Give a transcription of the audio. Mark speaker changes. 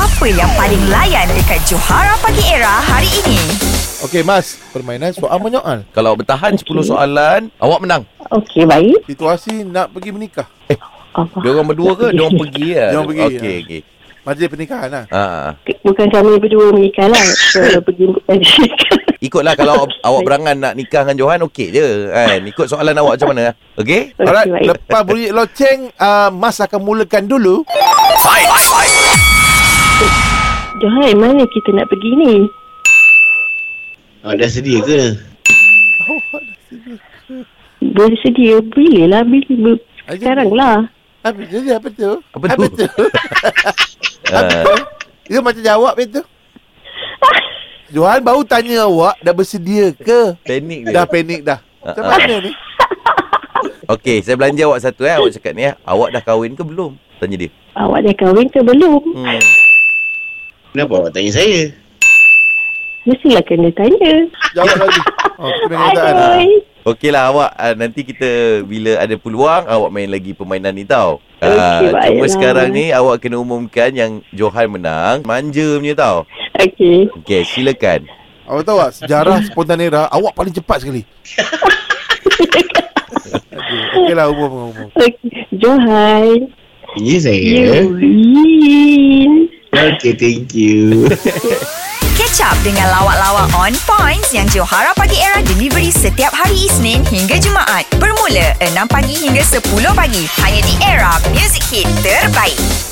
Speaker 1: Apa yang paling layan dekat Johara Pagi Era hari ini?
Speaker 2: Okey Mas, permainan soal menyoal.
Speaker 3: Kalau bertahan 10 soalan, awak menang.
Speaker 4: Okey, baik.
Speaker 2: Situasi nak pergi menikah.
Speaker 4: Allah.
Speaker 3: Dia orang berdua ke? Dia orang pergi ya.
Speaker 2: Dia orang pergi,
Speaker 3: Okey,
Speaker 2: ya.
Speaker 3: okey.
Speaker 2: Majlis pernikahan lah.
Speaker 3: Ha. ha.
Speaker 4: Bukan kami berdua menikah lah. So, pergi
Speaker 3: Ikutlah kalau awak, awak berangan nak nikah dengan Johan, okey je kan. Ikut soalan awak macam mana. ya? Okey?
Speaker 4: Okey,
Speaker 2: Alright,
Speaker 4: baik.
Speaker 2: lepas bunyi loceng, uh, Mas akan mulakan dulu.
Speaker 4: Johan, mana kita nak pergi ni?
Speaker 5: Awak Ah, dah sedia ke?
Speaker 3: Oh,
Speaker 4: Bersedia bila lah bila, bila
Speaker 2: Ajak.
Speaker 4: sekarang lah.
Speaker 2: Apa tu? Apa tu?
Speaker 3: Apa tu? Eh.
Speaker 2: Apa tu? Apa
Speaker 3: Ah.
Speaker 2: tu? Dia macam jawab macam tu. Johan baru tanya awak dah bersedia ke?
Speaker 3: Teknik dia.
Speaker 2: Dah panik dah. Macam
Speaker 3: Ah, ah.
Speaker 2: mana ni?
Speaker 3: Okey, saya belanja awak satu eh. Awak cakap ni eh. Awak dah kahwin ke belum? Tanya dia.
Speaker 4: Awak dah kahwin ke belum?
Speaker 3: Hmm.
Speaker 5: Kenapa awak tanya saya?
Speaker 4: Mestilah kena tanya.
Speaker 2: Jawab lagi. Oh, kena kenyataan.
Speaker 4: Aduh.
Speaker 3: Okey lah awak uh, nanti kita bila ada peluang awak main lagi permainan ni tau.
Speaker 4: Okey,
Speaker 3: Ah, cuma
Speaker 2: lah.
Speaker 4: baiklah.
Speaker 3: sekarang ni awak kena umumkan yang Johan menang, manja punya tau.
Speaker 4: Okey.
Speaker 3: Okey, silakan.
Speaker 2: Awak tahu tak, sejarah spontanera, awak paling cepat sekali. Okey, Okey lah, umum, umum.
Speaker 4: Okey. Johan,
Speaker 5: Ya saya.
Speaker 4: you win.
Speaker 5: Okay, thank you.
Speaker 1: Catch up dengan lawak-lawak on points yang Johara Pagi Era delivery setiap hari Isnin hingga Jumaat. Bermula 6 pagi hingga 10 pagi. Hanya di Era Music Hit Terbaik.